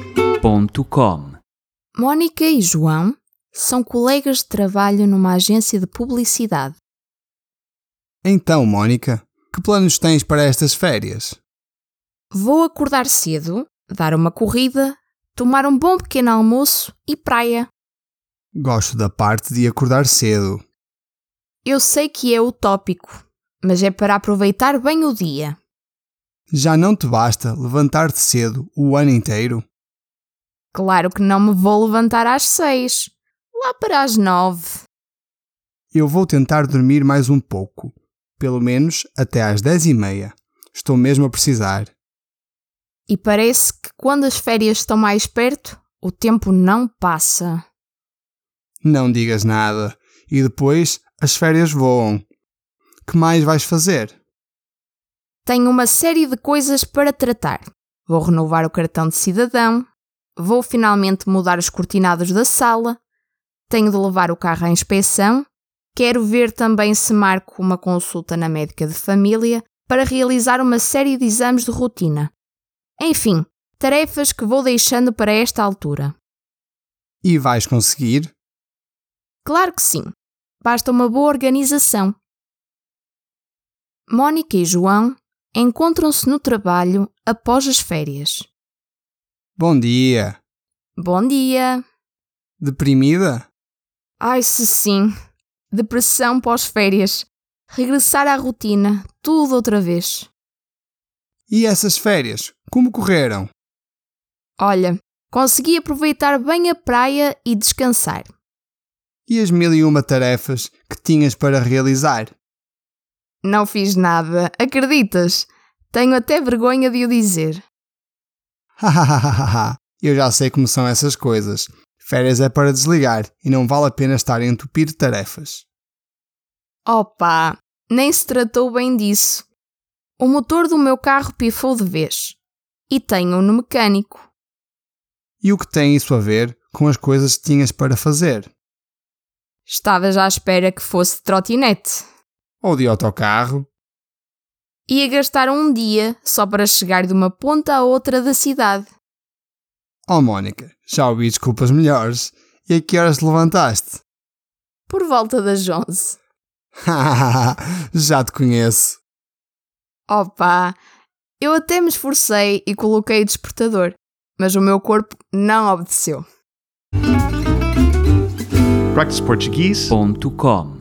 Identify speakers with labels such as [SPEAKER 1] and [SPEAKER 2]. [SPEAKER 1] practiceportuguese.com
[SPEAKER 2] Mónica e João são colegas de trabalho numa agência de publicidade.
[SPEAKER 3] Então, Mónica, que planos tens para estas férias?
[SPEAKER 2] Vou acordar cedo, dar uma corrida, tomar um bom pequeno almoço e praia.
[SPEAKER 3] Gosto da parte de acordar cedo.
[SPEAKER 2] Eu sei que é utópico, mas é para aproveitar bem o dia.
[SPEAKER 3] Já não te basta levantar-te cedo o ano inteiro?
[SPEAKER 2] Claro que não me vou levantar às seis, lá para as nove.
[SPEAKER 3] Eu vou tentar dormir mais um pouco, pelo menos até às dez e meia. Estou mesmo a precisar.
[SPEAKER 2] E parece que quando as férias estão mais perto, o tempo não passa.
[SPEAKER 3] Não digas nada. E depois as férias voam. Que mais vais fazer?
[SPEAKER 2] Tenho uma série de coisas para tratar. Vou renovar o cartão de cidadão, vou finalmente mudar os cortinados da sala, tenho de levar o carro à inspeção, quero ver também se marco uma consulta na médica de família para realizar uma série de exames de rotina. Enfim, tarefas que vou deixando para esta altura.
[SPEAKER 3] E vais conseguir?
[SPEAKER 2] Claro que sim. Basta uma boa organização. Mónica e João encontram-se no trabalho após as férias.
[SPEAKER 3] Bom dia.
[SPEAKER 2] Bom dia!
[SPEAKER 3] Deprimida?
[SPEAKER 2] Ai, se sim! Depressão pós-férias. Regressar à rotina, tudo outra vez.
[SPEAKER 3] E essas férias? Como correram?
[SPEAKER 2] Olha, consegui aproveitar bem a praia e descansar.
[SPEAKER 3] E as mil e uma tarefas que tinhas para realizar?
[SPEAKER 2] Não fiz nada, acreditas? Tenho até vergonha de o dizer.
[SPEAKER 3] Hahaha, eu já sei como são essas coisas. Férias é para desligar e não vale a pena estar a entupir tarefas.
[SPEAKER 2] Opa, nem se tratou bem disso. O motor do meu carro pifou de vez. E tenho-o no mecânico.
[SPEAKER 3] E o que tem isso a ver com as coisas que tinhas para fazer?
[SPEAKER 2] Estava já à espera que fosse de trotinete.
[SPEAKER 3] Ou de autocarro?
[SPEAKER 2] Ia gastar um dia só para chegar de uma ponta à outra da cidade.
[SPEAKER 3] Oh, Mónica, já ouvi desculpas melhores. E a que horas te levantaste?
[SPEAKER 2] Por volta das 11.
[SPEAKER 3] Hahaha, já te conheço.
[SPEAKER 2] Opa! Eu até me esforcei e coloquei o despertador, mas o meu corpo não obedeceu.
[SPEAKER 1] practiceportuguese.com